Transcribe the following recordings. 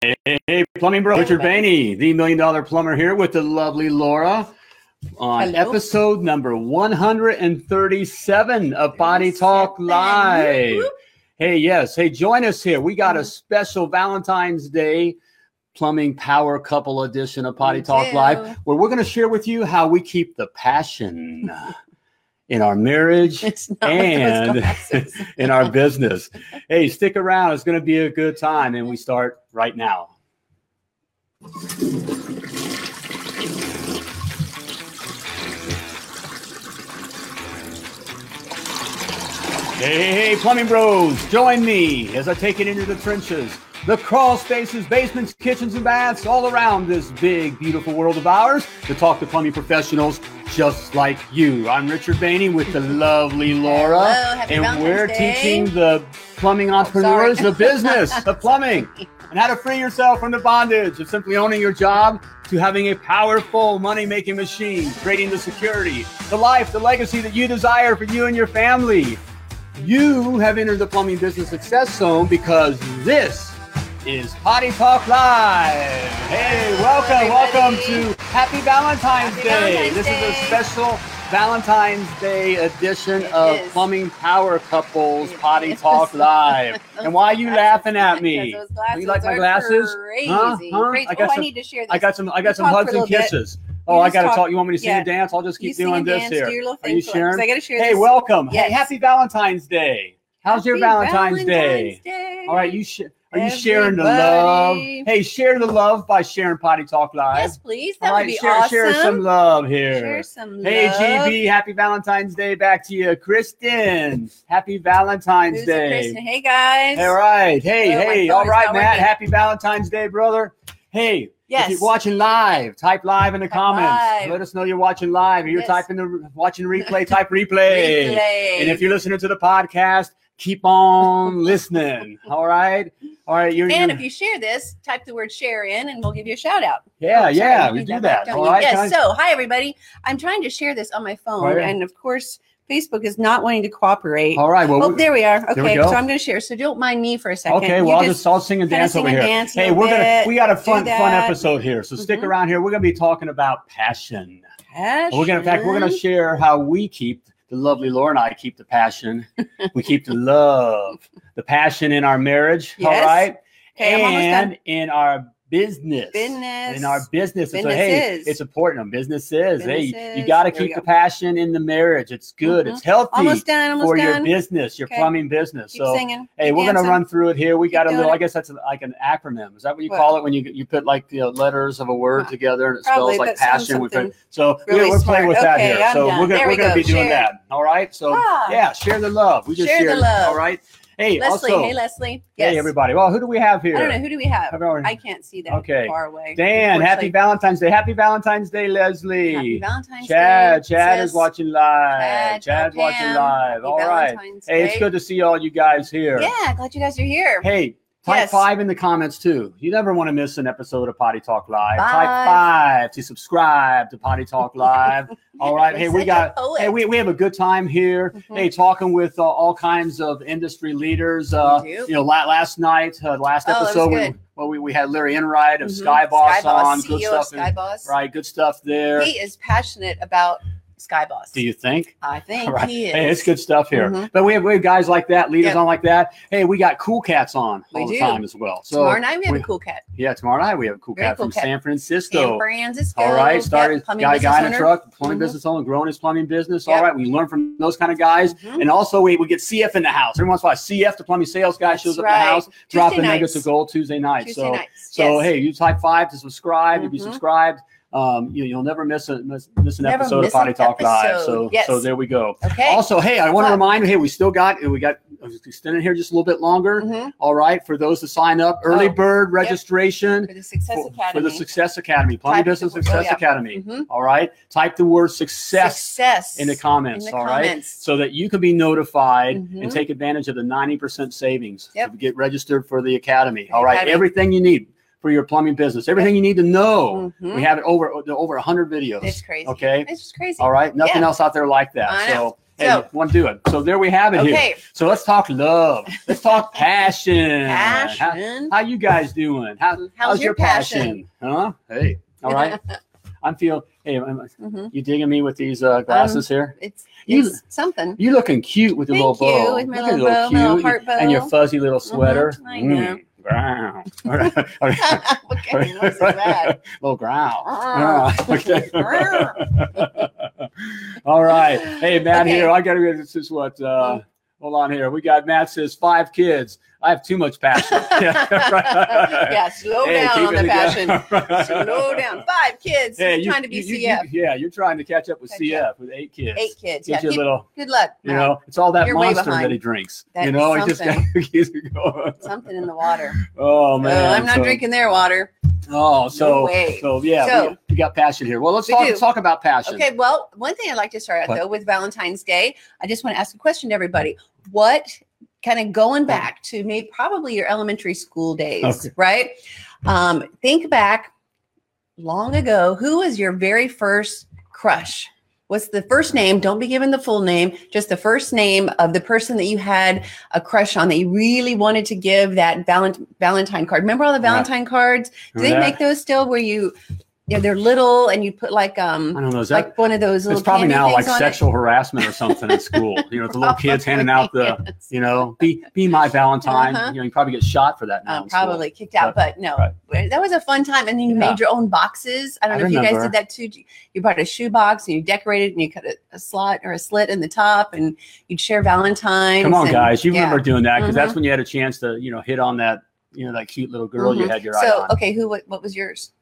Hey, hey, plumbing bro, Richard Bainey, the million dollar plumber here with the lovely Laura on Hello. episode number 137 of Body Talk 37. Live. Hey, yes. Hey, join us here. We got a special Valentine's Day plumbing power couple edition of Potty We Talk do. Live where we're going to share with you how we keep the passion in our marriage, It's not And- with those glasses. in our business. Hey, stick around. It's going to be a good time. And we start right now. Hey, hey, hey, plumbing bros, join me as I take it into the trenches, the crawl spaces, basements, kitchens, and baths all around this big, beautiful world of ours to talk to plumbing professionals just like you. I'm Richard Bainey with the lovely Laura, Hello, happy and Valentine's we're Day. Oh, teaching the plumbing entrepreneurs the business of plumbing and how to free yourself from the bondage of simply owning your job to having a powerful money making machine, creating the security, the life, the legacy that you desire for you and your family. You have entered the plumbing business success zone because this is Potty Talk Live. Hey, welcome, welcome everybody. to Happy Valentine's Happy Day. Valentine's this is a Day. special Valentine's Day edition It of is. Plumbing Power Couples It Potty is. Talk Live. and why are you Those laughing at glasses- me? Those glasses you like my are glasses? Crazy. Huh? Huh? Crazy. I got oh, I some- need to share this. I got some. I You got some talk for a hugs and little bit. kisses. You Oh, I just gotta talk- talk. You want me to sing yeah. and dance? I'll just keep you sing doing and this dance, here. Do your little Are thing you for them, 'cause sharing? I got to share Hey, this. welcome. Hey, Yes. happy Valentine's Day. How's your Valentine's, Day? Day? All right, you sh- are you sharing the love? Everybody. Hey, share the love by sharing Potty Talk Live. Yes, please. All That right, would be share, awesome. share some love here. Share some Hey love. GB, happy Valentine's Day back to you, Kristen. Happy Valentine's Who's the Day. person? Hey guys. All right, hey, Oh, my hey, phone all is right, not Matt. working. Happy Valentine's Day, brother. Hey, if Yes. you're watching live, type live in the Type comments. live. Let us know you're watching live. If you're Yes. typing the watching replay, type replay. Replay. And if you're listening to the podcast, keep on listening. All right, all right. You're, and you're- if you share this, type the word share in and we'll give you a shout out. yeah, Oh, sorry, yeah, you we did do back, that. Oh, don't All you? right, yes. guys? So, hi everybody. I'm trying to share this on my phone, All right. and of course, Facebook is not wanting to cooperate. all right. Well, oh, we- there we are. we Okay, go. so I'm going to share. So don't mind me for a second. Okay, You well, I'll just I'll sing and kinda dance sing over and here. dance a hey, little we're gonna bit, we got a fun fun that. episode here, so stick Mhm. around here. We're gonna be talking about passion. passion. We're gonna in fact we're gonna share how we keep the lovely Laura and I keep the passion. we keep the love, the passion in our marriage. Yes. All right, Okay, I'm almost and in our business. Business. In our business. So, hey, Businesses. it's important. Business is. Hey, you Businesses. got to There we keep go. the passion in the marriage. It's good. Mhm. It's healthy almost done. Almost for your done. business, your Okay. plumbing business. Keep so singing. Hey, keep we're gonna dancing. run through it here. We got a doing little. I it. guess that's like an acronym. Is that what you What? call it when you you put like the letters of a word Uh, together and it probably, spells like but sounds passion? We put, something so really we, we're playing smart. with that Okay, here. I'm so done. we're gonna There we're we gonna go. be doing Share. that. All right. So Ah. yeah, share the love. We just Share the shared. love. All right. Hey, Leslie. also, hey, Leslie. Yes. hey everybody. Well, who do we have I here? don't know who do we have. How about- I can't see that Okay. far away. Dan, happy Valentine's Day. Happy Valentine's Day, Leslie. Unfortunately. Happy Valentine's Chad, Day. Chad sis. is watching live. Chad, Chad's watching Pam. live. Happy all right. Valentine's Hey, it's Day. good to see all you guys here. Yeah, glad you guys are here. Hey, type Yes. five in the comments too. You never want to miss an episode of Potty Talk Live. Type Five. five to subscribe to Potty Talk Live. All right. You're Hey, we such a got. poet. Hey, we, we have a good time here. Mhm. Hey, talking with uh, all kinds of industry leaders. Uh, We you do. know, la- last night, uh, last Oh, it was episode, we, good. well, we, we had Larry Enright of Mhm. Skyboss on. CEO Good stuff. E of in- Skyboss. right, good stuff there. He is passionate about Skyboss. Do you think? I think Right. he is. Hey, it's good stuff here. Mhm. But we have, we have guys like that, leaders Yep. on like that. Hey, we got cool cats on all We the do. time as well. So Tomorrow night we have we- a cool cat. yeah, tomorrow night we have a cool Very cat cool from cat. San San Francisco. Francisco. All right, Yep, started plumbing got a business guy in a owner. truck, plumbing Mhm. business owner, growing his plumbing business. All Yep. right, we learn from those kind of guys. Mhm. And also, we, we get CF in the house. Every once in a while, CF, the plumbing sales guy, That's shows up in right. the house, Tuesday dropping nights. nuggets of gold Tuesday night. Tuesday so, nights. so yes. hey, you type five to subscribe. If you Mhm. subscribed, um, you, you'll never miss, a, miss, miss an Never episode miss of Potty an Talk Live. episode. So, Yes. so there we go. okay. Also, hey, I want to What? remind you, hey, we still got we got extended here just a little bit longer. Mhm. All right, for those to sign up, early Oh, bird registration for the Success for, Academy. for the Success Academy, Plumbing Type the Business word- oh, Success yeah. Academy. Mhm. All right, type the word success, Success in the comments. in the all right, comments. so that you can be notified and Mhm. take advantage of the ninety percent savings Yep. to get registered for the academy. All The right, academy. everything you need for your plumbing business, everything you need to know. Mhm. We have it over over hundred videos. It's crazy. Okay. It's just crazy. All right, nothing Yeah. else out there like that. I So know. Hey, So- want to do it. So there we have it here. Okay. So let's talk love. Let's talk passion. How, Passion. how you guys doing? How, How's, how's your passion? Huh? Hey. All right. I'm feeling. Hey, am- Mhm. you digging me with these uh, glasses here? It's, You- Um, it's something. You looking cute with your Thank little bow. you, with my Look at little your bow, my little cute- heart And your bow. Uh-huh, fuzzy little sweater. I know. Mm. Growl. All right. All right. okay, what's that? little growl. Growl. Ah, okay. All right. Hey, Matt Okay. Hmm. here. I got to go. This is what, uh, hold on here. We got Matt says five kids. I have too much passion. yeah, slow Hey, down keep on it the passion. together. slow down. Five kids. Hey, trying to be you- you- CF. yeah, you're trying to catch up with Catch CF with eight kids. Eight kids. Yeah. Get your keep- little, good luck. you Matt. know, it's all that You're way monster that behind. he drinks. That you is know, he just something. he's going. Something in the water. Oh Oh, man, I'm not so- drinking their water. Oh, so way. so yeah, So- we, we got passion here. Well, let's We talk, do. talk about passion. Okay, well, one thing I'd like to start out What? though with Valentine's Day, I just want to ask a question to everybody. What kind of going back to maybe probably your elementary school days, Okay. right? Um, think back long ago, who was your very first crush? What's the first name? Don't be given the full name, just the first name of the person that you had a crush on that you really wanted to give that valent- Valentine card. Remember all the Yeah. Valentine cards? Do they Remember that? make those still where you, you know, they're little and you put like um I don't know. Is that like one of those little it's probably candy now things like on it. sexual harassment or something in school. You know, the little kids handing out the Yes. you know, be be my Valentine. Uh-huh. You know, you probably get shot for that now. Um, in school. probably kicked out, but no, that was a fun time. And then you Yeah. made your own boxes. I don't I know if you guys remember. did that too. You bought a shoe box and you decorated and you cut a, a slot or a slit in the top and you'd share Valentine's. Come on, and- guys, you yeah. Mm-hmm. remember doing that because that's when you had a chance to you know hit on that you know that cute little girl you Mhm. had your So, eye on. okay, who, what, what was yours?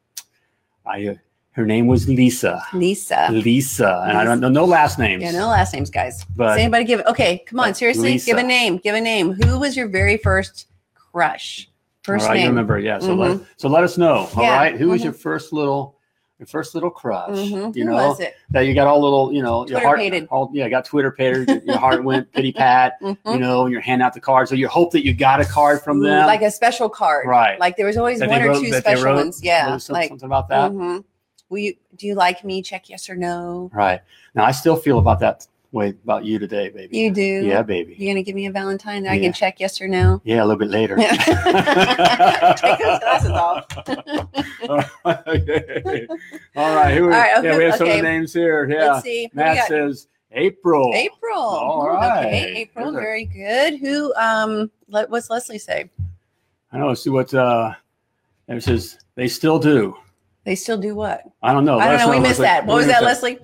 I, uh, her name was Lisa. Lisa. Lisa, and I don't know no last names. Yeah, no last names, guys. but Does anybody give, okay, come on, but seriously, Lisa. give a name, give a name. Who was your very first crush? First all right, you name. Mm-hmm. remember, yeah. So let so let us know. All right, Yeah. who was your first little your first little crush? Mhm. You Who know was it? that you got all little, you know, your Twitter heart, pated. all yeah, got Twitter pated. your heart went pity pat. Mhm. You know, and you're handing out the cards, so you hope that you got a card from them, like a special card Right. like there was always That one they or wrote- two that they special wrote- ones yeah Or some- like something about that, mhm. will you do you like me check yes or no right? Now I still feel about that way about you today, baby. you do yeah, baby. Yeah. you're gonna give me a valentine that i Yeah. can check yes or no a little bit later. take those glasses off Okay. All right, who are, All right, yeah, okay, we have some of okay. the names here. Yeah, let's see Who do we Matt got? says April. april All Hmm, right. okay april There's a- very good who um let, what's leslie say I know. See what uh, it says. They still do. they still do what I don't know. i Let don't us know we Oh, Leslie. missed that what We was missed that leslie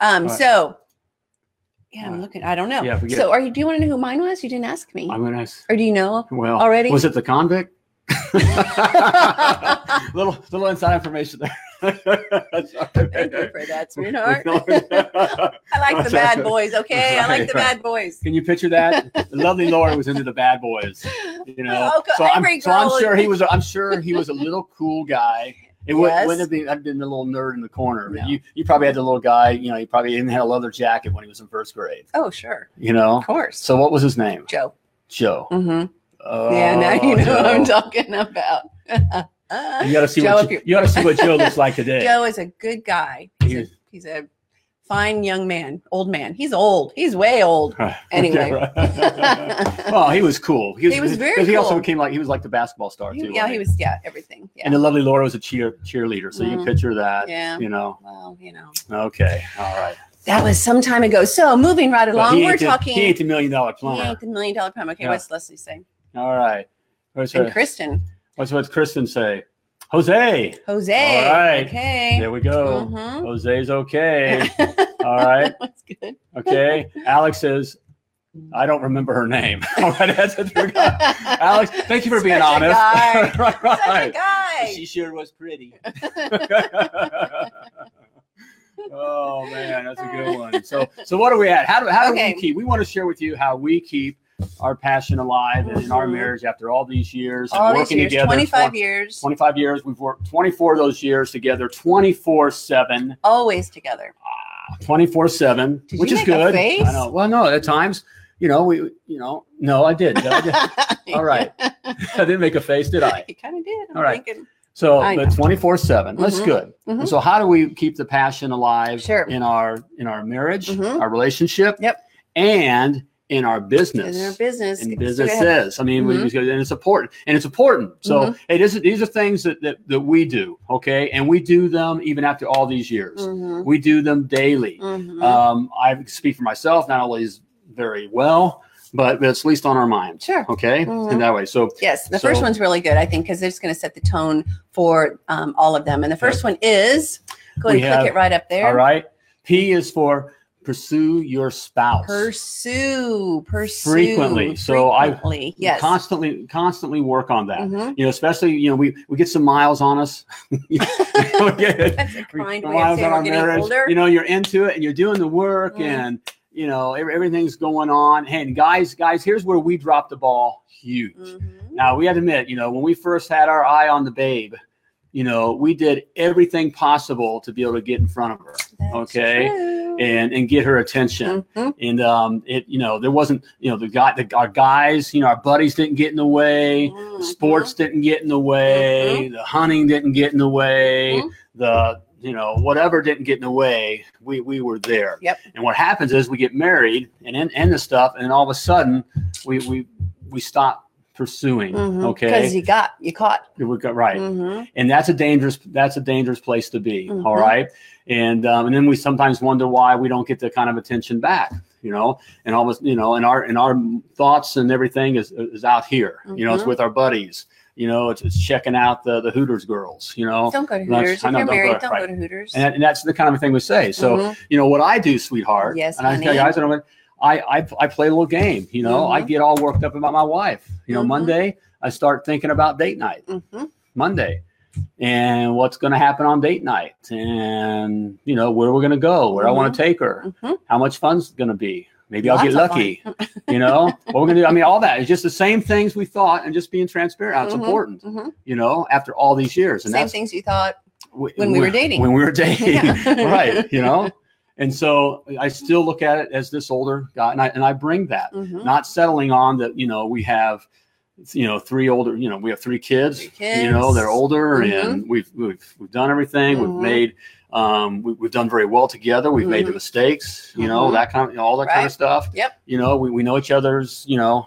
um All right. so yeah, All I'm right. looking. I don't know. Yeah, forget so, are you? Do you want to know who mine was? You didn't ask me. I'm gonna. ask- Or do you know? Well, Already? was it the convict? little little inside information there. Thank you for that, sweetheart. Can I like the bad boys, okay? I like Right, right. the bad boys. you picture that? The lovely Laura was into the bad boys. You know, Oh, so, I'm, every so I'm girl sure is- he was. I'm sure he was a little cool guy. It would, Yes. wouldn't have been. I've been the little nerd in the corner. but No. You you probably had the little guy. You know, he probably even had a leather jacket when he was in first grade. Oh, sure. You know. Of course. So what was his name? Joe. Joe. Mm-hmm. Oh, yeah, now you know what I'm Joe. talking about. You gotta see Joe, what if you, you- you gotta see what Joe looks like today. Joe is a good guy. He's, He is. a, he's a fine young man, old man. He's old. He's way old. Anyway. well, Oh, he was cool. He was very 'cause He also cool. became like he was like the basketball star too. yeah, wasn't he was, yeah, everything. Yeah. And the lovely Laura was a cheer cheerleader, so you can Mhm. picture that. yeah. You know. Well, you know, Okay. All right. that was some time ago. So moving right But along, he we're ain't the- talking. He ain't the million dollar He plumber. ain't the million dollar problem. Okay, Yeah. what's Leslie saying? All right. What's, And her- Kristen, what's what's Kristen say? Jose. Jose. All right. Okay. There we go. Mhm. Jose's okay. All right. That's good. Okay. Alex says, I don't remember her name. All right. That's what we got. Alex, thank you for being Such a honest. guy. right, Such a right. guy. She sure was pretty. oh man, that's a good one. So, so what are we at? How do how do Okay. we keep? We want to share with you how we keep our passion alive in our Mhm. marriage after all these years and All these working years, together. 25 for- years, 25 years. We've worked 24 of those years together, 24 seven, always together. 24 seven, Did which you is make a good. face? I know. Well, no, at times, you know, we, you know, no, I did. I, did. All right. I didn't make a face, did I? You kind of did. I'm All right. thinking. So, I but 24 seven, that's Mhm. good. Mhm. So how do we keep the passion alive Sure. in our in our marriage, Mhm. our relationship? Yep. and in our business. in their business. And It's gonna have- businesses. I mean, we Mhm. just go and it's important. And it's important. So Mhm. hey, this is, these are things that, that that we do, okay? And we do them even after all these years. Mhm, We do them daily. mhm. Um, I speak for myself, not always very well, but, but it's at least on our mind. Sure. Okay. Mhm. In that way. So Yes, the first so- one's really good, I think, because it's going to set the tone for um, all of them. And the first one is go ahead We and have- click it right up there. all right. P is for pursue your spouse. Pursue, pursue Frequently. So I- frequently. yes. Constantly, constantly work on that. Mhm. You know, especially, you know, we, we get some miles on us. We get- That's a we- kind the way of miles on saying we're our getting marriage. older. You know, you're into it and you're doing the work Mhm. and, you know, every- everything's going on. Hey, and guys, guys, here's where we dropped the ball huge. Mhm. Now we have to admit, you know, when we first had our eye on the babe, you know, we did everything possible to be able to get in front of her That's Okay. true. and and get her attention. Mhm. And um, it, you know, there wasn't, you know, the guy, the our guys, you know, our buddies didn't get in the way. Mhm. Sports didn't get in the way. The hunting didn't get in the way. Mhm. The you know whatever didn't get in the way. We we were there. Yep. And what happens is we get married and end, end the stuff, and then all of a sudden we we we stop pursuing. Mhm. Okay. Because you got, you caught. It would go- right, Mhm. and that's a dangerous that's a dangerous place to be. all Mhm. right, and um, and then we sometimes wonder why we don't get the kind of attention back, you know, and almost you know, and our and our thoughts and everything is is out here. You know, it's Mhm. with our buddies. You know, it's, it's checking out the the Hooters girls. You know, Don't go to That's- Hooters. I If know, you're don't go married, to- don't right. go to Hooters. and, that, and that's the kind of thing we say. So Mhm. you know what I do, sweetheart. Yes, and I tell you, I honey. said, I, went, I I I play a little game. You know, I Mhm. get all worked up about my wife. You know, Mhm. Monday I start thinking about date night. Mhm. Monday and what's going to happen on date night and you know where we're going to go where I want to take her Mhm. how much fun's going to be maybe I'll Lots get of fun. lucky you know what we're going to do I mean all that it's just the same things we thought and just being transparent it's Mhm. important Mhm. you know after all these years and Same that's things you thought w- when we were dating. when we were dating Yeah. right you know and so I still look at it as this older guy and I and I bring that Mhm. not settling on that you know we have you know three older you know we have three kids, Three you know they're kids. Mm-hmm. older and we've we've we've done everything Mhm. we've made um we, we've done very well together we've made the Mhm. mistakes you know Mhm. that kind of you know, all that kind Right. of stuff Yep. you know we, we know each other's you know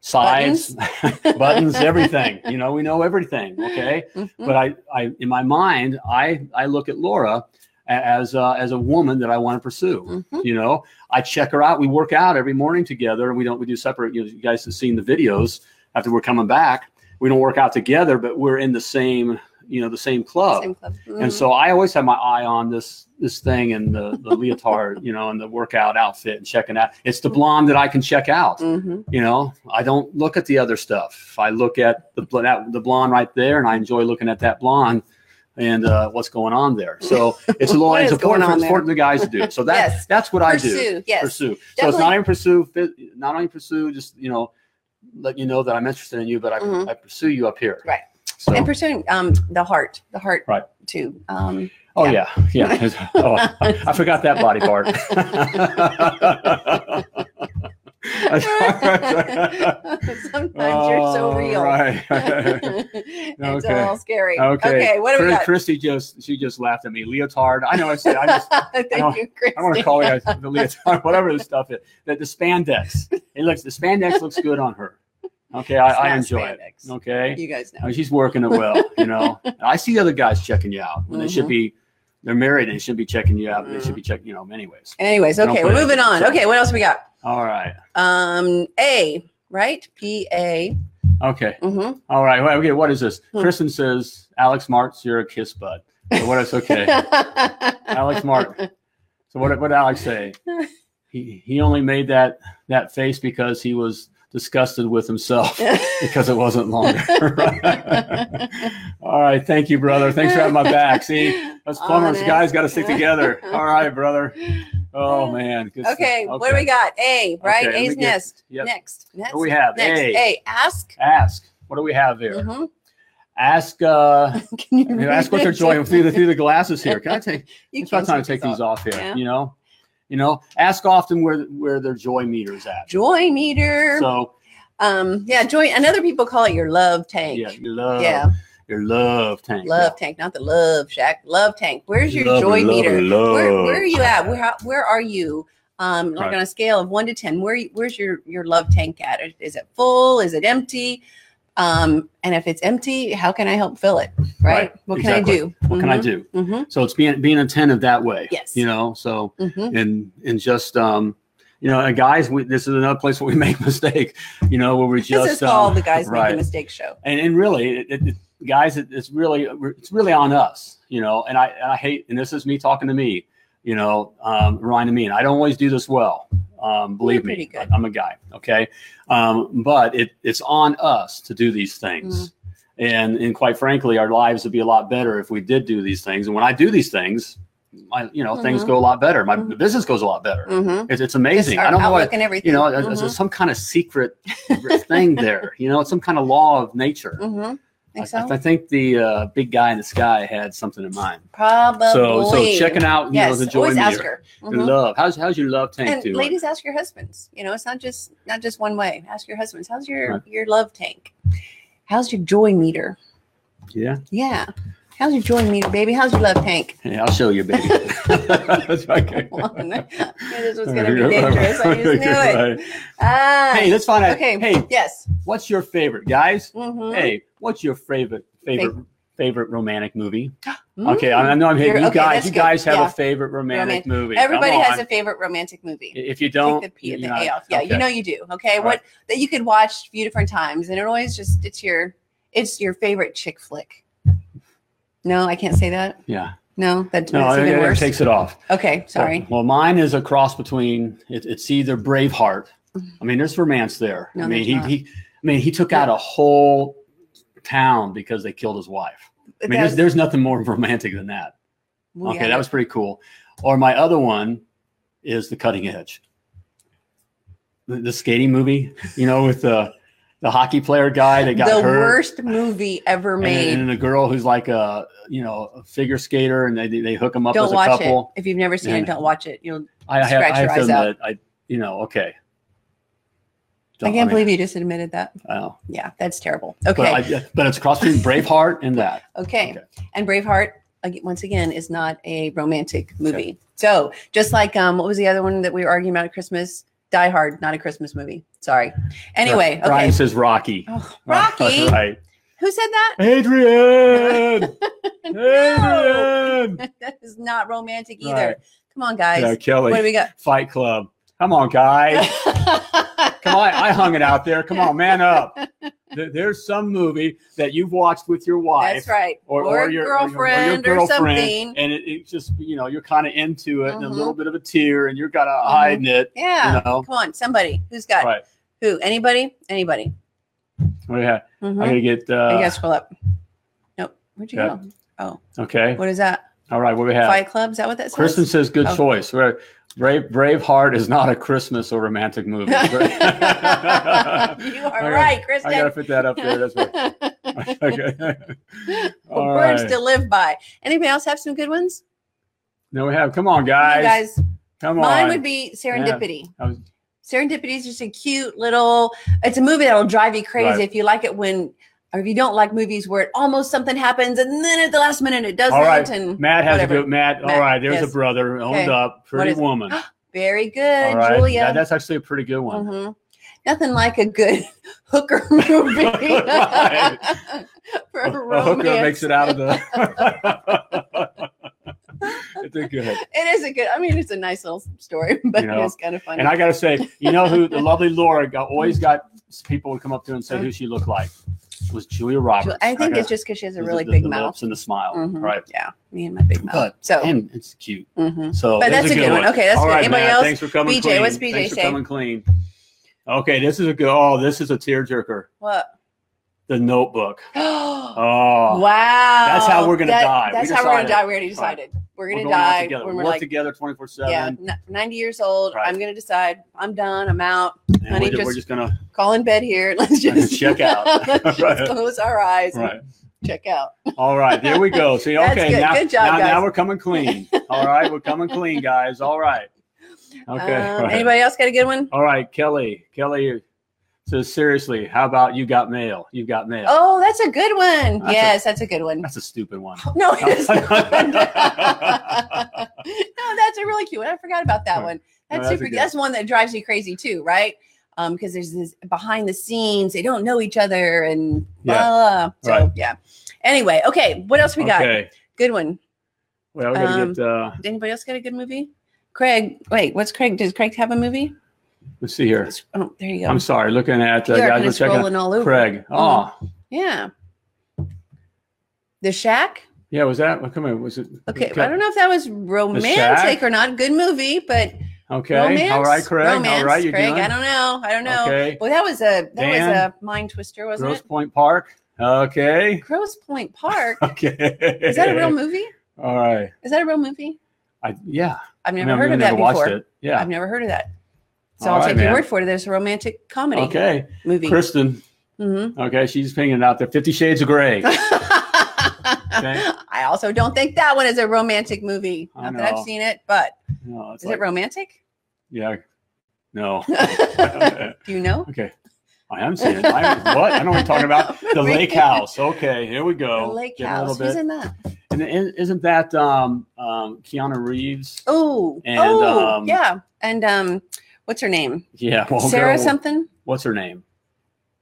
sides buttons, everything you know we know everything okay Mhm. but I, I in my mind i i look at laura a- as uh, as a woman that i want to pursue Mhm. you know i check her out we work out every morning together and we don't we do separate you know you guys have seen the videos after we're coming back we don't work out together but we're in the same you know the same club Same club. and so i always have my eye on this this thing and the, the leotard you know and the workout outfit and checking out it's the blonde that i can check out Mhm. you know i don't look at the other stuff i look at the, bl- that, the blonde right there and i enjoy looking at that blonde and uh, what's going on there so it's a little What it's is going important, on for, it's there? important for the guys to do so that, Yes. that's what i do Pursue. Yes. pursue so it's not Definitely. even pursue fi- not only pursue just you know let you know that i'm interested in you but i, Mhm. I pursue you up here Right. so And pursuing um, the heart, the heart Right. too. Um, oh yeah yeah, oh, i forgot that body part Sometimes you're so All real. Oh, right. it's Okay. all scary. Okay. what do we Chris- got? Christy just she just laughed at me. Leotard. I know I said I just Thank don't- you, Chris. I want to call it a- the leotard, whatever this stuff is. The, the spandex. It looks the spandex looks good on her. Okay, I, I enjoy it. Okay. You guys I know. mean, she's working it well, you know. And I see other guys checking you out when they should Mhm. be they're married and they should be checking you out, but they should Mm. be checking you know, anyways. Anyways, I don't okay, put we're it- moving on. so- Okay, what else we got? All right. Um, A, right? P A. Okay. Mm-hmm. All right. Well, okay, what is this? Hmm. Kristen says, Alex Martz, you're a kiss bud. So what is okay? Alex Mark. So what what did Alex say? He he only made that that face because he was disgusted with himself because it wasn't longer. All right, thank you, brother. Thanks for having my back. See, us plumbers Honest. guys got to stick together. All right, brother. Oh man. Good stuff. Okay, what do we got? A, right? Okay, let me A's get- nest. yep. Next. Next. What do we have? Next. Hey, A, ask. ask. What do we have here? Mhm. Ask. uh Can you you know, read ask what they're it? joining through the through the glasses here. Can I take? You it's about time take to take this these off here. Yeah. You know, you know. Ask often where where their joy meter is at. Joy meter. So um, yeah, joy. And other people call it your love tank. yeah, your love, Yeah, your love tank, love tank, not the love shack. Love tank. Where's your Love, joy love, meter? love. Where, where are you at? Where how, where are you um, like Right. on a scale of one to ten, where where's your your love tank at? Is it full? Is it empty? Um, and if it's empty, how can I help fill it? Right? Right. What Exactly. can I do? What can I do? Mm-hmm. So it's being being attentive that way. Yes. You know, so hmm and and just um, you know, and guys, we, this is another place where we make mistake. You know, where we just this is um, called the guys make right. a mistake show. and and really, it, it, it- guys, it, it's really it's really on us. You know, and I and I hate and this is me talking to me. You know, um, reminding me, and I don't always do this well. Um, believe me, pretty good. I- I'm a guy. Okay, um, but it it's on us to do these things. Mm-hmm. And, and quite frankly, our lives would be a lot better if we did do these things. And when I do these things, my you know things Mhm. go a lot better. My Mhm. business goes a lot better. Mm-hmm. It's, it's amazing. I don't know outlook what and everything. Mm-hmm, you know. It's, it's some kind of secret thing there. You know, it's some kind of law of nature. Mm-hmm. Think so? I, I think the uh, big guy in the sky had something in mind. Probably. So, so checking out, you know, Yes, the joy always meter, ask her. your Mhm. love. How's how's your love tank And doing? ladies, ask your husbands. You know, it's not just not just one way. Ask your husbands. How's your Right. your love tank? How's your joy meter? yeah, Yeah. How's your joy meter, baby? How's your love tank? yeah, I'll show you, baby. That's okay. Come on. I knew this was going to be dangerous. I just knew it. Right. Ah, Hey, let's find out. okay. Hey, Yes. what's your favorite, guys? Mhm. Hey, what's your favorite favorite favorite romantic movie? Mm. Okay, I I know I'm You're- hitting you okay, guys. that's You good. guys have Yeah. a favorite romantic Romantic. movie. Everybody Come has on. a favorite romantic movie. If you don't, Take the P and the you're not- A off. Yeah, okay. you know you do. Okay, All what that you could watch a few different times, and it always just it's your it's your favorite chick flick. No, I can't say that. Yeah. No, that, No, that's it, even it worse. takes it off. okay, sorry. Well, mine is a cross between it, it's either Braveheart. I mean, there's romance there. No, I mean, there's he, not. he I mean, he took out a whole town because they killed his wife. I mean, That there's, was- there's nothing more romantic than that. well, Okay, yeah, that was pretty cool. Or my other one is the Cutting Edge, the, the skating movie. You know, with the the hockey player guy that got the hurt. worst movie ever and, made. and a girl who's like a you know a figure skater, and they they hook them up as don't a watch it. couple. If you've never seen And- it, don't watch it. You'll. I, I have, Scratch I have your to eyes out. admit, I you know okay. I can't believe you just admitted that. I know. Yeah, that's terrible. But, Okay, I, but it's cross between Braveheart and that. okay. okay. And Braveheart, ag- once again, is not a romantic movie. So just like um, what was the other one that we were arguing about at Christmas? Die Hard, not a Christmas movie. Sorry. Anyway, Brian okay. says Rocky. Oh, Rocky. That's right. Who said that? Adrian. No. Adrian. that is not romantic either. Right. Come on, guys. Yeah, Kelly. What do we got? Fight Club. Come on, guys. Come on. I hung it out there. Come on, man up. There- There's some movie that you've watched with your wife. That's right. Or, or, your, or your- girlfriend or, your girlfriend, something. And it, it just, you know, you're kind of into it and a Mhm. little bit of a tear and you're kind of Mm-hmm. hiding it. Yeah. You know? Come on, somebody. Who's got Right. who? Anybody? Anybody? Oh, yeah. Mhm. I got to get, I uh, gotta scroll up. Nope. Where'd you yeah. okay. go? What is that? All right. What do we have? Fight Club? Is that what that says? Kristen says good Oh. choice. Right. Brave Braveheart is not a Christmas or romantic movie. you I are gotta- right, Kristen. gotta fit that up there. That's right. Okay. All Words right. to live by. Anybody else have some good ones? No, we have. Come on, Come on, guys. guys Come on. mine would be Serendipity. I was- Serendipity is just a cute little. It's a movie that'll drive you crazy Right. if you like it when, or if you don't like movies where it almost something happens and then at the last minute it doesn't. All right. And Matt has whatever. a good Matt. All Matt, right, there's yes. a brother owned Okay. up, pretty is- woman. very good, All right, Julia. That- that's actually a pretty good one. Mhm. Nothing like a good hooker movie Right. for A- a a hooker romance. makes it out of the. it's a good. It is a good. I mean, it's a nice little story, but You know, it's kind of funny. And I got to say, you know who the lovely Laura got, always got people would come up to and say who she looked like was Julia Ju- Roberts. I think gotta- it's just because she has a the- really the- big the mouth. lips and the smile, Mhm. right? Yeah, me and my big mouth. But- so, And it's cute. mhm. So, But there's that's a good one. Okay, that's All good. right, Anybody Matt, else? Thanks for coming. BJ, clean. what's BJ Thanks for say? coming clean. Okay, this is a good. Oh, this is a tearjerker. what? The Notebook. wow. Oh, That's how we're gonna die. We That's how we're going decided. to die. We already Fine. decided. We're going to out die together. when we we're work like, together twenty four yeah, seven. n- 90 years old. Right. I'm going to decide. I'm done. I'm out. we're, Honey, ju- we're just- just gonna Call in bed here. Let's just Check out. let's Right. just close our eyes. and right. Check out. All right, there we go. See, That's okay, good. now Good job, now, now guys. we're coming clean. All right, we're coming clean, guys. All right. Okay. Um, all right. Anybody else got a good one? All right, Kelly. Kelly, says, seriously, how about you got mail? You got mail. Oh, that's a good one. That's a- yes, that's a good one. That's a stupid one. No, it is not. no, that's a really cute one. I forgot about that Right. one. No, That's that's a super. good That's one that drives you crazy too, right? Um, because there's this behind the snes, they don't know each other, and blah. Yeah. blah, blah. So Right. yeah. Anyway, okay. What else we got? Okay. Good one. Well, we gotta Um, get. Uh, Did anybody else get a good movie? Craig, wait, what's Craig? Does Craig have a movie? let's see here. Oh, there you go. I'm sorry. Looking at uh, you are guys, kind of we're checking. scrolling all over. Craig. Oh, Yeah. The Shack. yeah. Was that? well, Come on. Was it? Okay, I don't know if that was romantic or not. Good movie, but Okay. romance. All right, Craig. Romance, all right, you're Craig. doing. I don't know. I don't know. Okay. Well, that was a that Dan. was a mind twister, wasn't Gross it? Point Park. Okay. Gross Point Park. Okay. Is that a real movie? All right. Is that a real movie? I yeah. I've never Remember, heard I of that watched before. It. Yeah. I've never heard of that. So All I'll right, take man. your word for it. There's a romantic comedy Okay. movie. Kristen. hmm Okay, she's pinging it out there. Fifty Shades of Grey. I also don't think that one is a romantic movie. I Not that know. I've seen it, but No, it's is like, it romantic? yeah. No. Do you know? okay. I am seeing it. I, what? I don't know what you're talking about. The Lake House. Okay, here we The go. Lake Getting a House. little Who's bit- in that? And then isn't that um, um, Keanu Reeves? Oh, And, oh, um, yeah. And um, what's her name? Yeah. Well, Sarah girl, something. What's her name?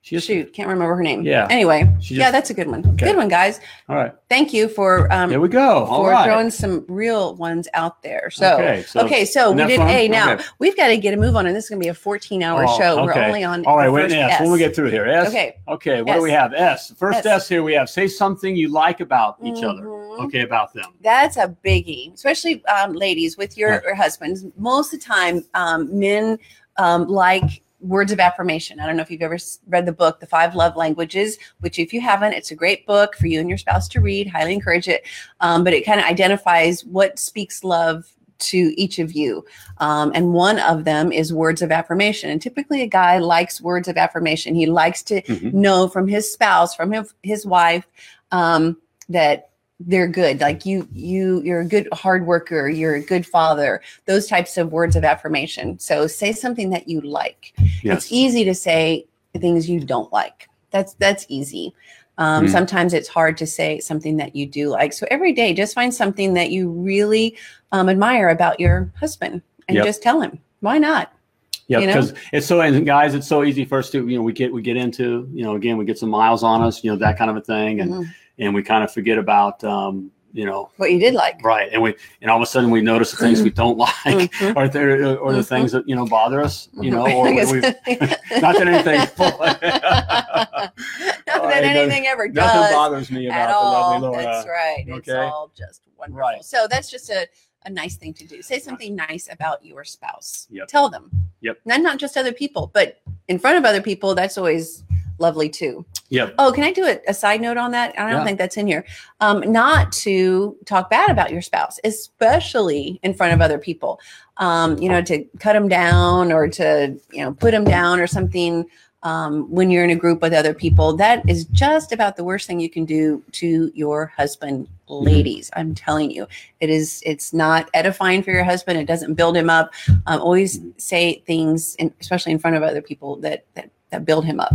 She just- Shoot, can't remember her name. Yeah. Anyway, She yeah, just- that's a good one. Okay. Good one, guys. All right. Thank you for um There we go. All for right. throwing some real ones out there. So. Okay. So so we next did one? A. Now Okay. we've got to get a move on, and this is going to be a 14-hour Oh, show. We're okay. only on. All right. the Wait. first Yes. S. When we get through here. S. Okay. Okay. What do we S. have? S. The First S. S. here we have say something you like about each other. Mhm. Okay. About them. That's a biggie, especially um, ladies with your, your husbands. Most of the time, um, men um, like words of affirmation. I don't know if you've ever s- read the book, The Five Love Languages, which, if you haven't, it's a great book for you and your spouse to read. Highly encourage it. Um, but it kind of identifies what speaks love to each of you. Um, and one of them is words of affirmation. And typically, a guy likes words of affirmation. He likes to Mhm. know from his spouse, from his, his wife, um, that they're good. Like you, you, you're a good hard worker. You're a good father. Those types of words of affirmation. So say something that you like. It's Yes. easy to say things you don't like. That's that's easy. Um, Hmm. Sometimes it's hard to say something that you do like. So every day, just find something that you really um, admire about your husband, and Yep. just tell him. Why not? Yeah, you know? because it's so and guys, it's so easy for us to you know we get we get into you know again we get some miles on us you know that kind of a thing and Mhm. and we kind of forget about um you know What you did like. right and we and all of a sudden we notice the things we don't like Mhm. or there or the Mhm. things that you know bother us you know Mhm. or I guess- we not that anything not All right, that no- anything ever nothing does bothers me at about the all. lovely Laura That's right. It's Okay. all just wonderful. Right. So that's just a, a nice thing to do. Say something nice about your spouse. Yep. Tell them. Yep. And not just other people, but in front of other people, that's always lovely too. yep Oh, can I do a, a side note on that? I don't Yeah. think that's in here. Um, not to talk bad about your spouse, especially in front of other people. Um, you know, to cut them down or to you know put them down or something. Um, when you're in a group with other people, that is just about the worst thing you can do to your husband, Mm-hmm. ladies. I'm telling you, it is. It's not edifying for your husband. It doesn't build him up. Um, always say things, in, especially in front of other people, that that, that build him up.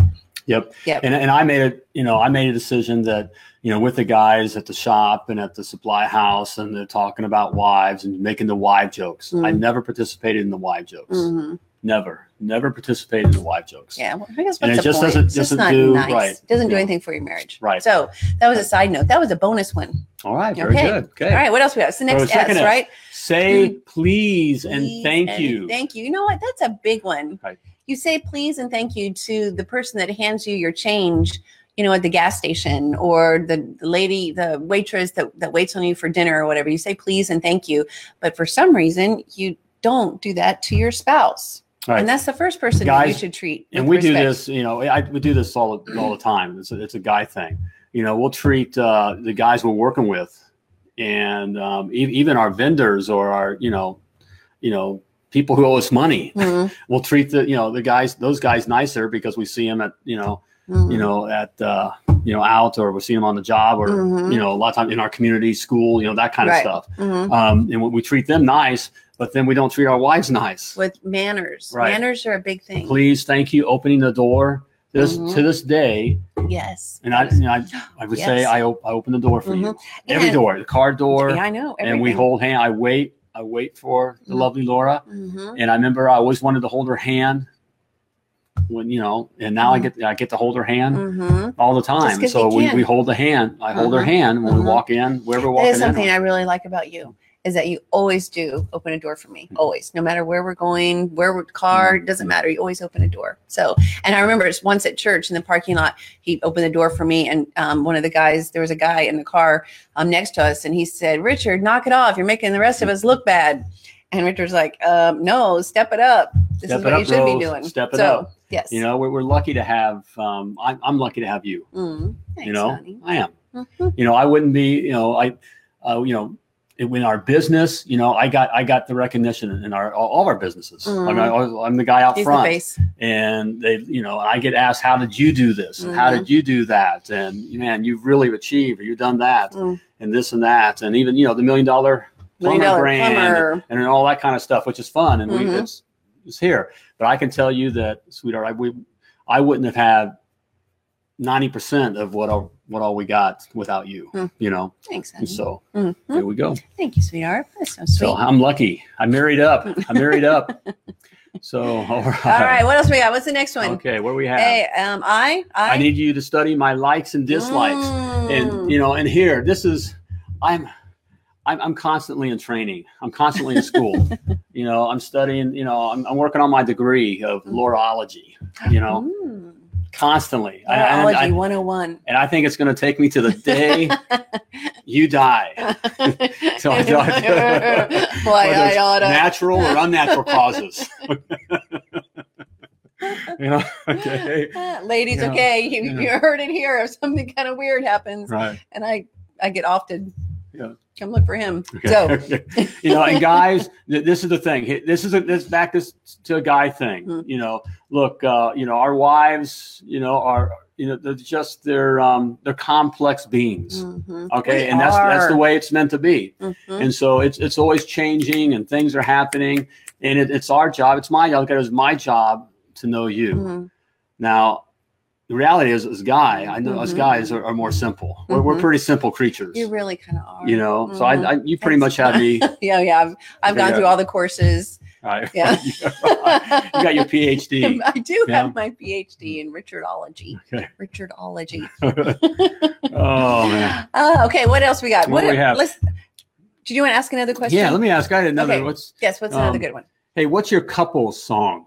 yep Yep. and, and i made it you know i made a decision that you know with the guys at the shop and at the supply house and they're talking about wives and making the wife jokes i Mhm. never participated in the wife jokes Mhm. never never participated in the wife jokes Yeah, well, I guess what's And it the just point? doesn't- it's just doesn't not do- nice. right. It doesn't do No. anything for your marriage. Right. So that was a Right. side note. That was a bonus one. all right very Okay. good okay All right, what else we got? It's the So next second S. S, right? say please and Please thank and you Thank you. You know what? That's a big one. Right. You say please and thank you to the person that hands you your change, you know, at the gas station or the, the lady, the waitress that, that waits on you for dinner or whatever. You say please and thank you. But for some reason, you don't do that to your spouse. Right. And that's the first person you Guys, should treat. and with we do respect. this you know I, we do this all, all the time it's a, it's a guy thing you know we'll treat uh, the guys we're working with and um, e- even our vendors or our you know you know people who owe us money Mhm. we'll treat the you know the guys those guys nicer because we see them at you know Mhm. you know at uh, you know out or we see them on the job or Mhm. you know a lot of time in our community school you know that kind Right. of stuff Mhm. um, and when we treat them nice but then we don't treat our wives nice. with manners. Right. Manners are a big thing. Please, thank you, opening the door. This Mhm. to this day, Yes. and I, and I, I would say Yes. Mm-hmm. I, op- I open the door for you. Every And- door, the car door, Yeah, I know. and we everything. hold hand. I wait, I wait for the Mhm. lovely Laura, Mhm. and I remember I always wanted to hold her hand. When you know, and now I get I get to hold her hand Mhm. all the time. Mm-hmm. 'cause So you we, can. we hold the hand. I hold her Mhm. hand when Mhm. we walk in, wherever we're That walking is something in. I really like about you is that you always do open a door for me. Always, no matter where we're going, where we're car, Mm-hmm. it doesn't matter. You always open a door. So, and I remember it's once at church in the parking lot, he opened the door for me, and um, one of the guys, there was a guy in the car um, next to us, and he said, "Richard, knock it off. You're making the rest of us look bad." And Richard's like, um, "No, step it up. This Step is it what up, you should Rose. be doing. Step it so, up. Yes. You know, we're, we're lucky to have. Um, I'm, I'm lucky to have you. Mm. Thanks, you know, honey. I am. Mhm. You know, I wouldn't be. You know, I, uh, you know, it- in our business, you know, I got I got the recognition in our all, all of our businesses. I mean, Mhm. I, was- I'm the guy out He's the front, face. and they, you know, I get asked, "How did you do this? And how Mhm. did you do that?" And man, you've really achieved, or you've done that, Mm. and this and that, and even you know, the million dollar Million plumber dollar brand, plumber. and all that kind of stuff, which is fun, and we Mhm. it's it's here. But I can tell you that, sweetheart, I we I wouldn't have had ninety percent of what all what all we got without you. Hmm. You know, Thanks, honey. and so Mhm. there we go. Thank you, sweetheart. That's so sweet. So I'm lucky. I married up. I married up. So all right. All right, what else we got? What's the next one? Okay, what do we have? Hey, um, I, I, Mm. I need you to study my likes and dislikes, and you know, and here this is, I'm. I'm, I'm constantly in training. I'm constantly in school. you know, I'm studying. You know, I'm, I'm working on my degree of Mm. Laurology. You know, constantly. I- I- Biology I- 101. and I think it's going to take me to the day you die. So I don't- Why Whether I it's oughta- natural or unnatural causes. you know, okay. Ah, Ladies, Yeah. okay, you, Yeah. you heard it here. If something kind of weird happens, Right. and I, I get often, Yeah. come look for him. Okay. So, you know, and guys, th- this is the thing. Hey, This is a, this back this to a guy thing. Mhm. You know, look, uh, you know, our wives, you know, are you know, they're just they're um they're complex beings. Mhm, Okay, We and that's that's the are. way it's meant to be. mhm. And so it's it's always changing and things are happening. And it, it's our job. It's my I look at it as my job to know you. Mhm. Now, the reality is, as guy, I know us Mhm. guys are, are more simple. We're, we're Mhm. pretty simple creatures. You really kind of are. You know, so I, I you pretty much Thanks. had me. yeah, yeah. I've, I've Okay, gone yeah. through all the courses. Right. Yeah. you got your PhD. I do Yeah. have my PhD in Richardology. Okay. Richardology. oh man. Uh, okay. What else we got? What do we have? Let's, do you want to ask another question? Yeah, let me ask. I had another. Okay. What's yes. What's another um, good one? hey? What's your couple song?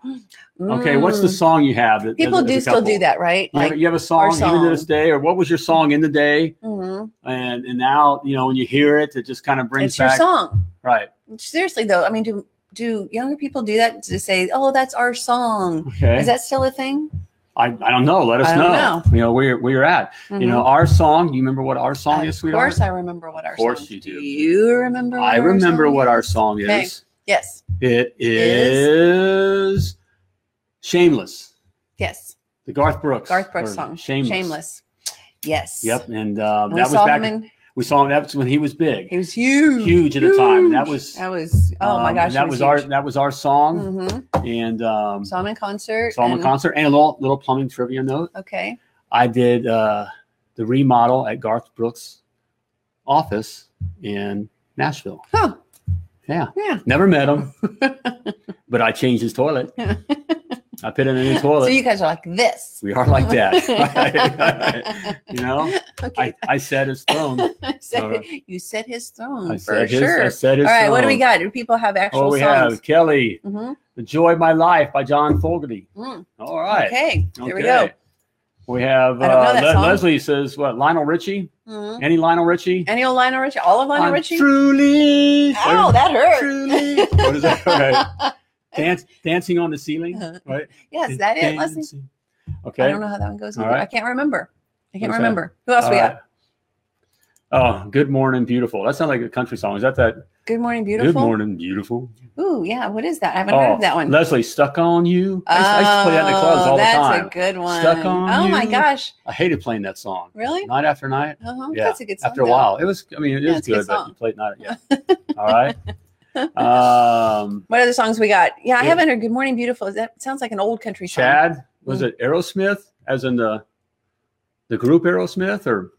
Okay, what's the Mm. song you have? that- People as a- do as a still do couple? that, right? You have, Like, you have a song, even song. to this day, or what was your song in the day? mhm. And and now you know when you hear it, it just kind of brings it's your back song. right. Seriously, though, I mean, do do younger people do that to say, "Oh, that's our song"? Okay, Is that still a thing? I, I don't know. Let us I know. don't know. You know where you're- where you're at. You Mhm. know our song. You remember what our song Uh, is, of sweetheart? course, I remember what our Of course song. you do. You remember? What I our remember song what our is? song Okay. is. Yes, It is, Is- Shameless. yes. The Garth Brooks. Garth Brooks or song. Shameless. Shameless. Yes. Yep, and um, And we that was saw back. him in. we saw him. That's when he was big, He was huge. huge at the time. and That Huge. was. That was. Oh um, my and gosh. That was, our. That was our song, Mm-hmm. and um, Saw him in concert. saw him in and- concert. And a little little plumbing trivia note. Okay. I did uh, the remodel at Garth Brooks' office in Nashville. Huh. Yeah. Yeah. Never met him, but I changed his toilet. I put in a new toilet. So you guys are like this. we are like that. you know, Okay. I, I set his throne. So alright. you set his throne I for set his, sure. I set his All right. What do throne. we got? Do people have actual Oh, we songs? have Kelly, Mhm. The Joy of My Life by John Fogerty. Mm. All right. Okay. There we Okay. go. We have I don't know uh, that Le- song. Leslie says, what, Lionel Richie? Mhm. Any Lionel Richie? Any old Lionel Richie? All of Lionel I'm Richie? Truly. Ow, that hurt. Truly. what is that? Okay. Dance, dancing on the ceiling. Uh-huh. Right. yes, that it, Leslie. Dancing. I Okay. don't know how that one goes. All either. right. Uh, I can't remember. I can't Okay. remember. Who else we All got? right. Oh, good morning, beautiful. That sounds like a country song. Is that that? Good morning, beautiful. Good morning, beautiful. Oh, Ooh, yeah. What is that? I haven't heard of that one. Leslie, stuck on you. I used, I used to play that in the clubs Oh, all the that's time. a good one. Stuck on oh my you. gosh, I hated playing that song really? night after night. Uh-huh. Yeah, That's a good song. after a though. while, it was. I mean, it is Yeah, it's a good, good but song. you played not. Yeah. all right. Um, What other songs we got? Yeah, I Yeah. haven't heard "Good Morning Beautiful." Is That sounds like an old country song. Chad, was it Aerosmith, as in the the group Aerosmith, or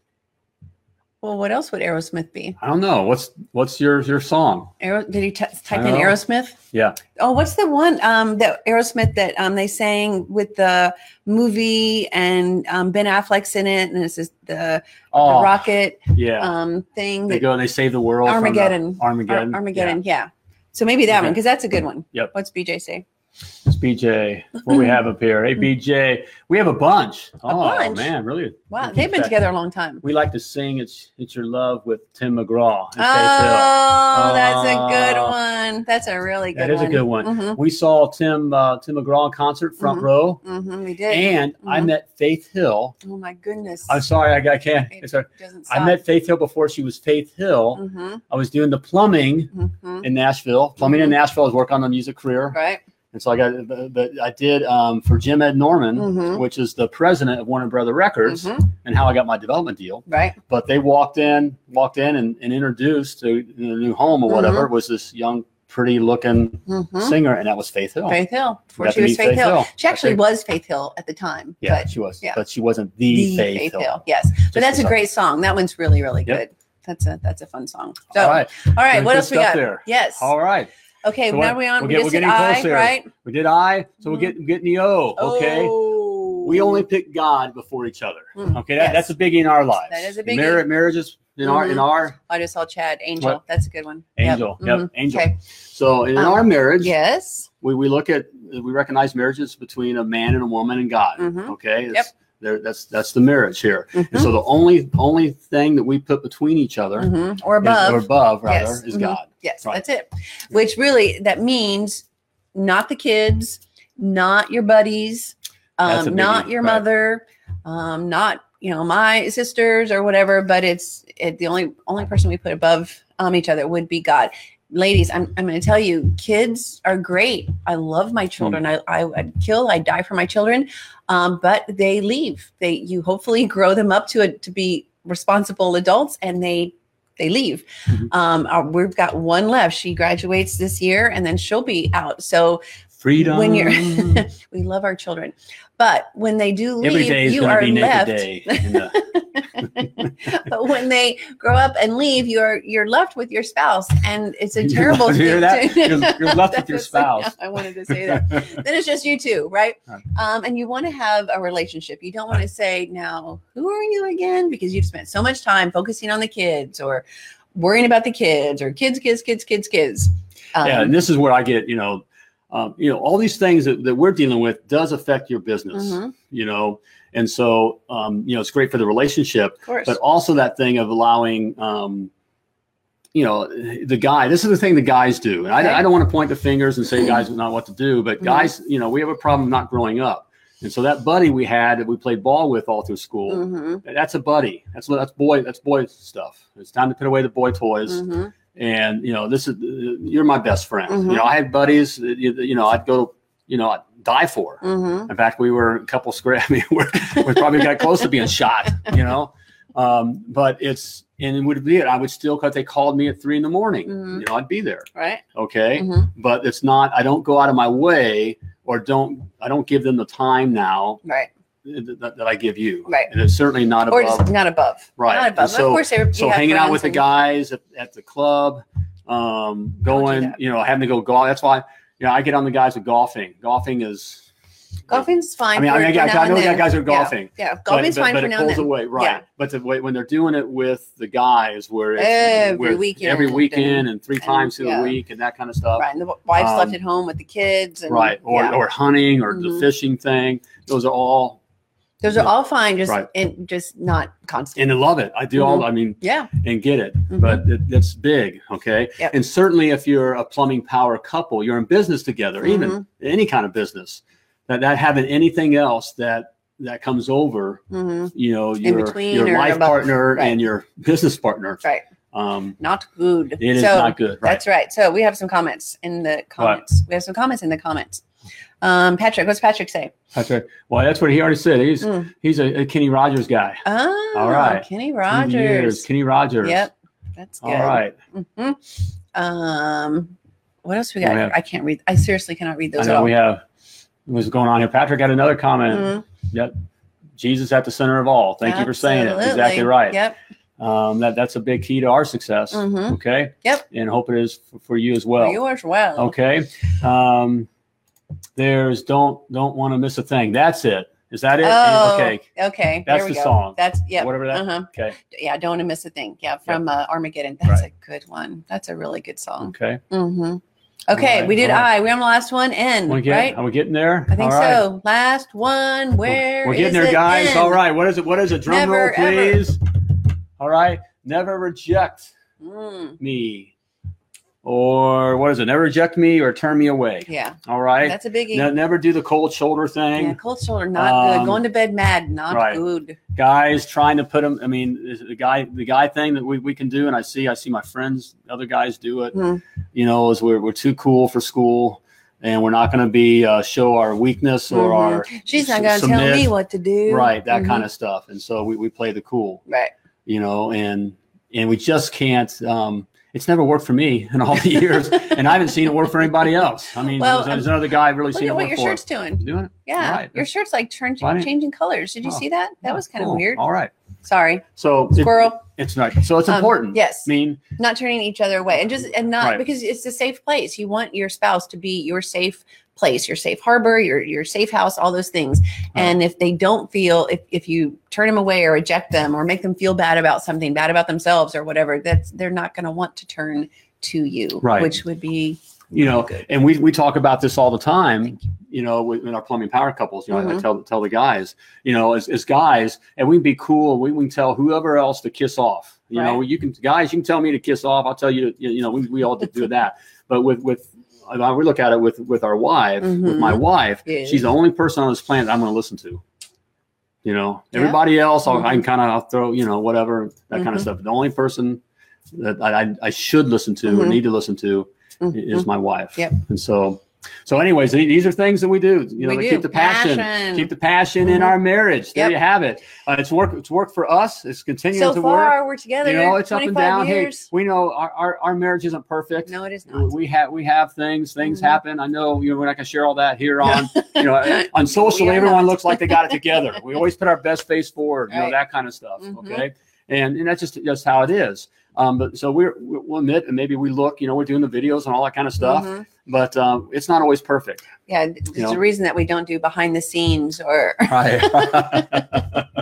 Well, what else would Aerosmith be? I don't know. What's what's your your song? Aero, did he t- type in know. Aerosmith? Yeah. Oh, what's the one um, that Aerosmith that um, they sang with the movie and um, Ben Affleck's in it, and it's just the, the Oh, rocket yeah. um, thing, they that, go and they save the world. from the- Armageddon. Ar- Armageddon. Armageddon. Yeah. So maybe that one Okay. because that's a good one. Yep. What's BJ say? Yeah. It's BJ. What we have up here? Hey, BJ. We have a bunch. oh bunch? man, really? Wow, Keep they've been track. together a long time. We like to sing "It's It's Your Love" with Tim McGraw. and Faith Hill. Oh, that's a good Oh. one. That's a really good That is a one. Mm-hmm, good one. Oh. We saw Tim uh, Tim McGraw in concert front Mhm. row, hmm hmm we did. and I Mhm. met met Faith Hill. oh my goodness. I'm sorry, I, I can't. It it's a- doesn't stop. I met Faith Hill before she was Faith Hill. hmm I was doing the plumbing hmm in Nashville. Plumbing in Nashville. I was working on a music career, Mm-hmm. Right. and so I got. But, but I did um, for Jim Ed Norman, Mhm. which is the president of Warner Brother Records, hmm and how I got my development deal. Right. But they walked in, walked in, and, and introduced to their new home Mm-hmm. or whatever was this young, pretty looking hmm singer, and that was Faith Hill. Faith Hill. Before Got she to was meet Faith, Faith Hill. Hill. She actually Faith- was Faith Hill at the time. Yeah, But she was. yeah. But she wasn't the, Faith, Hill. Yes. But Just that's a the great song. That one's really, really Yep. good. That's a that's a fun song. So, All right. all right, There's what good else we stuff got? there. Yes. All right. Okay, So now what- we on we'll we get- just we're did getting I, closer. right? We did I, so Mhm. we're getting getting the O. Okay. Oh. We only pick God before each other. Mm, Okay, that, yes. that's a biggie in our lives. That is a In Mar- biggie. Mm-hmm. marriages in our in our I just saw Chad Angel. What? That's a good one. Yep. angel. Yep, Mhm. angel. Okay. So in Um, our marriage, Yes. we, we look at we recognize marriages between a man and a woman and God. Mhm. Okay. It's- there- that's that's the marriage here. And Mhm. so the only only thing that we put between each other is- Mhm. Or above. or above rather Yes. is Mhm. God. Yes, Right. that's it. Which really that means not the kids, not your buddies, That's a um, not biggie, your right. mother, um, not you know my sisters or whatever. But it's it, the only only person we put above um, each other would be God. Ladies, I'm, I'm going to tell you, kids are great. I love Hmm. my children. I, I I'd kill, I die for my children, um, but they leave. They you hopefully grow them up to it to be responsible adults, and they they leave. Mhm. Um, uh, we've got one left. She graduates this year, and then she'll be out. So Freedom. When you're- we love our children, but when they do leave, every day is you going are to be left. naked day. in the- but when they grow up and leave, you're you're left with your spouse, and it's a You're terrible left- thing. hear that? to- You're- you're left with your That's- spouse. I wanted to say that. then it's just you two, right? Right. Um, and you want to have a relationship. You don't want to say, now, who are you again? Because you've spent so much time focusing on the kids or worrying about the kids or kids, kids, kids, kids, kids. Um, yeah, and this is where I get, you know, um, you know, all these things that, that we're dealing with does affect your business, mhm, you know, and so um, you know it's great for the relationship, of course. but also that thing of allowing, um, you know, the guy. This is the thing the guys do, and Okay. I, I don't want to point the fingers and say guys not what to do, but Mhm. guys, you know, we have a problem not growing up, and so that buddy we had that we played ball with all through school, Mhm, that's a buddy. That's what that's boy. That's boy stuff. It's time to put away the boy toys mhm, and you know this is you're my best friend Mhm. you know i had buddies that, you, that, you know i'd go you know i'd die for mhm. in fact we were a couple square i mean we're, we probably got close to being shot you know um, but it's and it would be it i would still because they called me at three in the morning Mhm. you know i'd be there Right? okay Mhm, but it's not i don't go out of my way or don't i don't give them the time now Right. that, that i give you Right. and it's certainly not Or above just not above. right Not And above. so- of course, they- you so have hanging out friends with the and- guys at, at the club, um, do going, that. you know, having to go golf. That's why, you know, I get on the guys with golfing. Golfing is Golfing's fine. I mean, I, for- mean, I, for got- now I know and we got then. guys who are Yeah, golfing. Yeah, but- golfing's but, fine but for it now and pulls then. away, right? Yeah. But the, way- when they're doing it with the guys, where it's Every where it's weekend every weekend, and three and- times in yeah. the week, and that kind of stuff, Right. And the wives left Um, at home with the kids. And, Right. Or yeah. or hunting or the Mhm. fishing thing. Those are all, Those are Yeah. all fine, just Right. and just not constant. and I love it. I do Mm-hmm. all. I mean, yeah. and get it. But it, it's big, okay? Mm-hmm. Yep. And certainly if you're a plumbing power couple, you're in business together, even Mm-hmm. any kind of business, that, that having anything else that that comes over, hmm you know, your, between your or life above. partner Right. and your business partner. Right. Um, Not good. it is so not good, right? that's right. So we have some comments in the comments. We have some comments in the comments. Um, Patrick, what's Patrick say? That's right. Well, that's what he already said. He's Mm. he's a, a Kenny Rogers guy. Oh, All right. Kenny Years, Rogers. Kenny Rogers. Yep. That's good. All right. Mhm. Mm-hmm. Um, What else we got? We here? have- I can't read. I seriously cannot read I those at know all. we have what's going on here. Patrick had another comment. Mhm. Yep. Jesus at the center of all. Thank you for saying it. Absolutely. Exactly right. Yep. Um, that that's a big key to our success. Mhm. Okay. Yep. And hope it is f- for you as well. Yours well. Okay. Um, there's don't don't want to miss a thing. That's it. Is that it? Oh, okay. Okay. That's there we the go. song. That's yeah. Whatever that. Uh-huh. Okay. Yeah. Don't wanna miss a thing. Yeah. From uh, Armageddon. That's Right. a good one. That's a really good song. Okay. Mm-hmm. Okay. right, We did all right. I. We're on the last one. N. We get, Mm, Right. Are we getting there? I think All right. so. Last one. Where We're getting is there, it? guys. N. All right. What is it? What is it? Drum Never, roll, ever. please. All right. Never reject Mm, me. Or what is it? Never reject me or turn me away. yeah. All right. That's a biggie. Ne- never do the cold shoulder thing. Yeah, cold shoulder, not Um, good. Going to bed mad, not right. good. Guys trying to put them. I mean, is it the guy, the guy thing that we, we can do, and I see, I see my friends, other guys do it. Mhm. You know, is we're we're too cool for school, and we're not going to be uh, show our weakness or Mhm. our She's not s- going to tell submit. me what to do. right that Mm-hmm. kind of stuff and so we, we play the cool Right. you know and and we just can't um it's never worked for me in all the years and i haven't seen it work for anybody else i mean Well, um, there's, there's another guy i've really Look seen at it what work your for shirt's doing. doing it Yeah, Right. your shirt's like turn, Why didn't- changing colors. Did you Oh, see that? That was kind Cool. of weird. all right Sorry, so it- squirrel. it's not so it's Um, important yes. i mean Not turning each other away, and just and not Right. because it's a safe place. You want your spouse to be your safe place, your safe harbor, your your safe house, all those things. And if they don't feel, if if you turn them away or eject them or make them feel bad about something, bad about themselves or whatever, that's they're not going to want to turn to you, Right. which would be you know and we, we talk about this all the time Thank you. you know with, in our plumbing power couples you know I, I Mhm. tell tell the guys you know as, as guys and we can be cool we, we can tell whoever else to kiss off you know Right. you can guys you can tell me to kiss off i'll tell you to- you, you know we, we all do that but with with I- we look at it with with our wife with Mhm. my wife Yes. she's the only person on this planet i'm going to listen to you know Yeah. Mm-hmm. everybody else I'll, i can kind of i'll throw you know whatever that kind of Mhm. stuff the only person that I, I- I should listen to or Mhm. need to listen to Mhm. is my wife. Yep. And so, so anyways, th- these are things that we do. You know, We to do. keep the passion, Passion. keep the passion in Mhm. our marriage. There Yep. you have it. Uh, it's work. It's work for us. It's continuing so to far work. we're together. you know, it's up and 25 down. Years. Hey, we know our, our our marriage isn't perfect. no, it is We- not. We have we have things. Things Mhm. happen. I know you know we're not gonna share all that here on you know on social. We are Everyone not. looks like they got it together. We always put our best face forward. You know Right. that kind of stuff. Mhm. Okay, and and that's just just how it is. Um, but so we're we'll admit and maybe we look. You know, we're doing the videos and all that kind of stuff Mhm. but um, it's not always perfect. Yeah, th- there's know? a reason that we don't do behind the scenes or Right.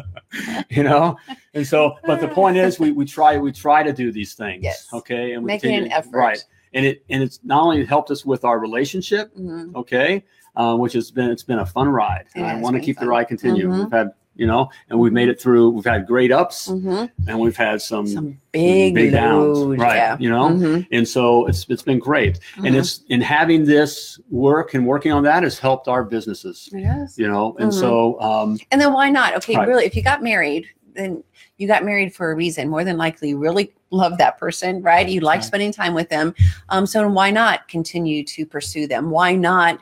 you know, and so, but the point is, we we try we try to do these things. Yes. Okay, and we making an continue- effort. Right, and it and it's not only helped us with our relationship. Mhm. Okay, uh, which has been it's been a fun ride, and Yeah, I it's want to been keep fun. the ride continue. Mhm. We've had you know, and we've made it through. We've had great ups, Mhm. and we've had some, Some big, big Mm-hmm. downs. load, Right, Yeah. you know, Mhm. and so it's it's been great, and Mhm. it's in having this work and working on that has helped our businesses. Yes. you know and Mhm. so um And then why not? Okay, Right. really, if you got married, then you got married for a reason. More than likely, you really love that person, right? You like Right. spending time with them. Um, so why not continue to pursue them? Why not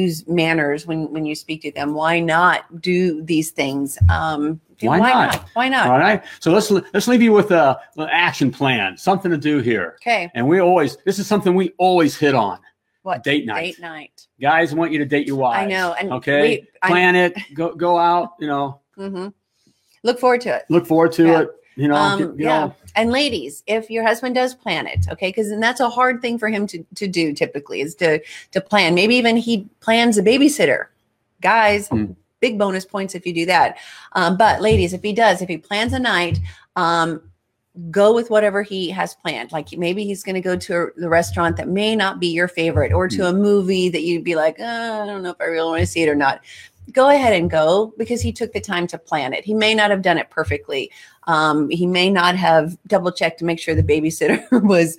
use manners when when you speak to them? Why not do these things? Um, Why not? Why not? all right so let's let's leave you with a an action plan something to do here Okay. and we always this is something we always hit on What date night Date night. guys I want you to date your wives I know. And okay we- I- plan it go go out you know hmm Look forward to it. look forward to Yeah. it you know Um, get- you yeah. know, And ladies, if your husband does plan it, okay, because then that's a hard thing for him to, to do typically is to to plan. Maybe even he plans a babysitter. Guys, Mm. big bonus points if you do that. Um, but ladies, if he does, if he plans a night, um, go with whatever he has planned. Like maybe he's going to go to a, the restaurant that may not be your favorite, or to Hmm. a movie that you'd be like, "Uh, I don't know if I really want to see it or not. Go ahead and go because he took the time to plan it. He may not have done it perfectly. Um, he may not have double checked to make sure the babysitter was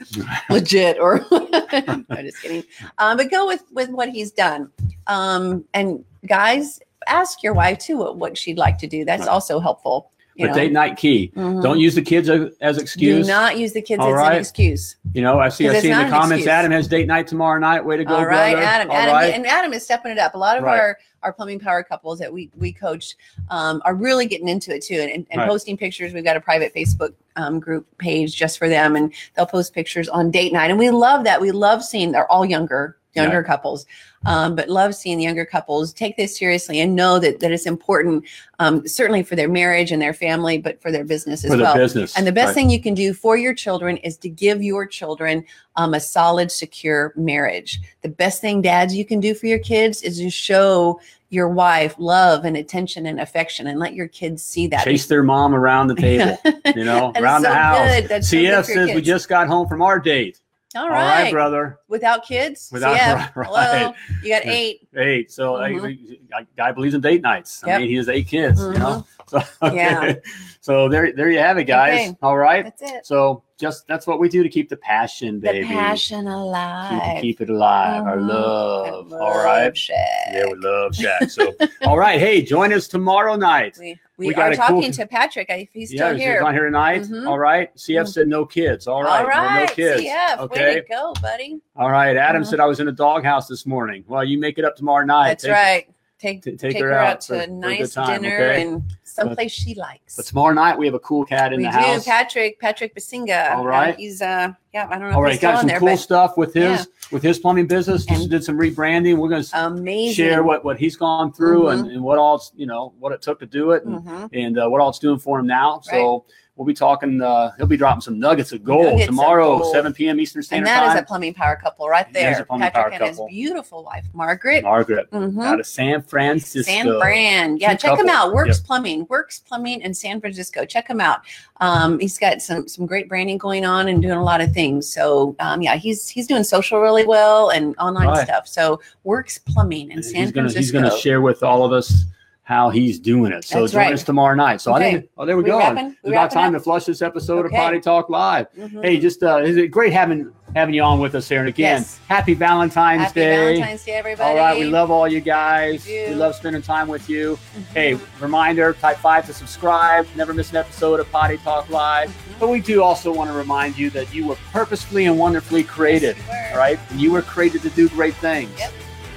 legit or I'm just kidding. Um, but go with with what he's done. Um, and guys, ask your wife too what, what she'd like to do. That's Right. also helpful. You But know? date night key. Mhm. Don't use the kids as, as excuse. Do not use the kids All as an right. excuse. You know, I see. 'Cause I it's see in not the an comments. excuse. Adam has date night tomorrow night. Way to go, All right, brother! Adam. All Adam right. and Adam is stepping it up. A lot of Right. our our plumbing power couples that we we coach um, are really getting into it too, and, and, and Right. posting pictures. We've got a private Facebook um, group page just for them, and they'll post pictures on date night, and we love that. We love seeing they're all younger younger couples, um, but love seeing the younger couples take this seriously and know that that it's important, um, certainly for their marriage and their family, but for their business as for the well. business. And the best Right. thing you can do for your children is to give your children um, a solid, secure marriage. The best thing, dads, you can do for your kids is to show your wife love and attention and affection and let your kids see that. chase their mom around the table. You know, That is around the so house. good. That's so good CF for says your we kids. just got home from our date. All All right. right, brother. Without kids? Without CF, right. hello, you got Yeah. eight. Eight. So I- Mhm. I- guy believes in date nights. I Yep. Mm-hmm. mean, he has eight kids. You know. So okay. Yeah. So there, there you have it, guys. Okay. All right. That's it. So just that's what we do to keep the passion, The baby. passion Keep, alive. keep it alive. Our Mhm. love. I All right. love Shaq. Yeah, we love Shaq. So, all right. Hey, join us tomorrow night. We, we, We got are a cool- talking to Patrick. I, he's yeah, still he's here. on here tonight. Mhm. All right. CF Mhm. said no kids. All right. All well, right. no kids. CF, way okay. to go, buddy. All right. Adam Mhm. said I was in a doghouse this morning. Well, you make it up tomorrow night. That's Take- right. Take, t- take, her, out for- to a for good nice time, dinner okay? and someplace she likes. But tomorrow night we have a cool cat in we the do. house. Patrick, Patrick Basinga. All right. Uh, he's uh, yeah, I don't know All if right, he's still got on some there, cool but stuff with his Yeah. with his plumbing business. Just And- did some rebranding. We're going to amazing. Mm-hmm. share what what he's gone through and, and what all it's, you know what it took to do it and, Mhm. and uh, what all it's doing for him now. So we'll be talking. Uh, he'll be dropping some nuggets of gold Nuggets of tomorrow, gold. seven p.m. Eastern And Standard that is Time. a plumbing power couple right It is there. a plumbing Patrick power and couple. his beautiful wife, Margaret. Margaret Mhm. out of San Francisco. San Fran. Yeah, uh, Two check him couples. out. Works Yep. Plumbing. Works Plumbing in San Francisco. Check him out. Um, he's got some some great branding going on and doing a lot of things. So um, yeah, he's he's doing social really well and online Right. stuff. So Works Plumbing in And San he's gonna Francisco. he's gonna share with all of us how he's doing it. So That's join right. us tomorrow night. So I Okay. think oh there we, We go. wrapping? It's We about wrapping time to up? flush this episode Okay. of Potty Talk Live. Mhm. Hey, just uh, it's great having having you on with us here. And again, Yes. happy Valentine's Happy Day. Valentine's Day, everybody. all right, we love all you guys. We do. We love spending time with you. Mhm. Hey, reminder: type five to subscribe. Never miss an episode of Potty Talk Live. Mhm. But we do also want to remind you that you were purposefully and wonderfully created. Yes, we were. All right, and you were created to do great things. Yep.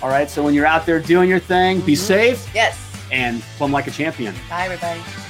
All right, so when you're out there doing your thing, be Mhm. safe Yes. and plumb like a champion. Bye, everybody.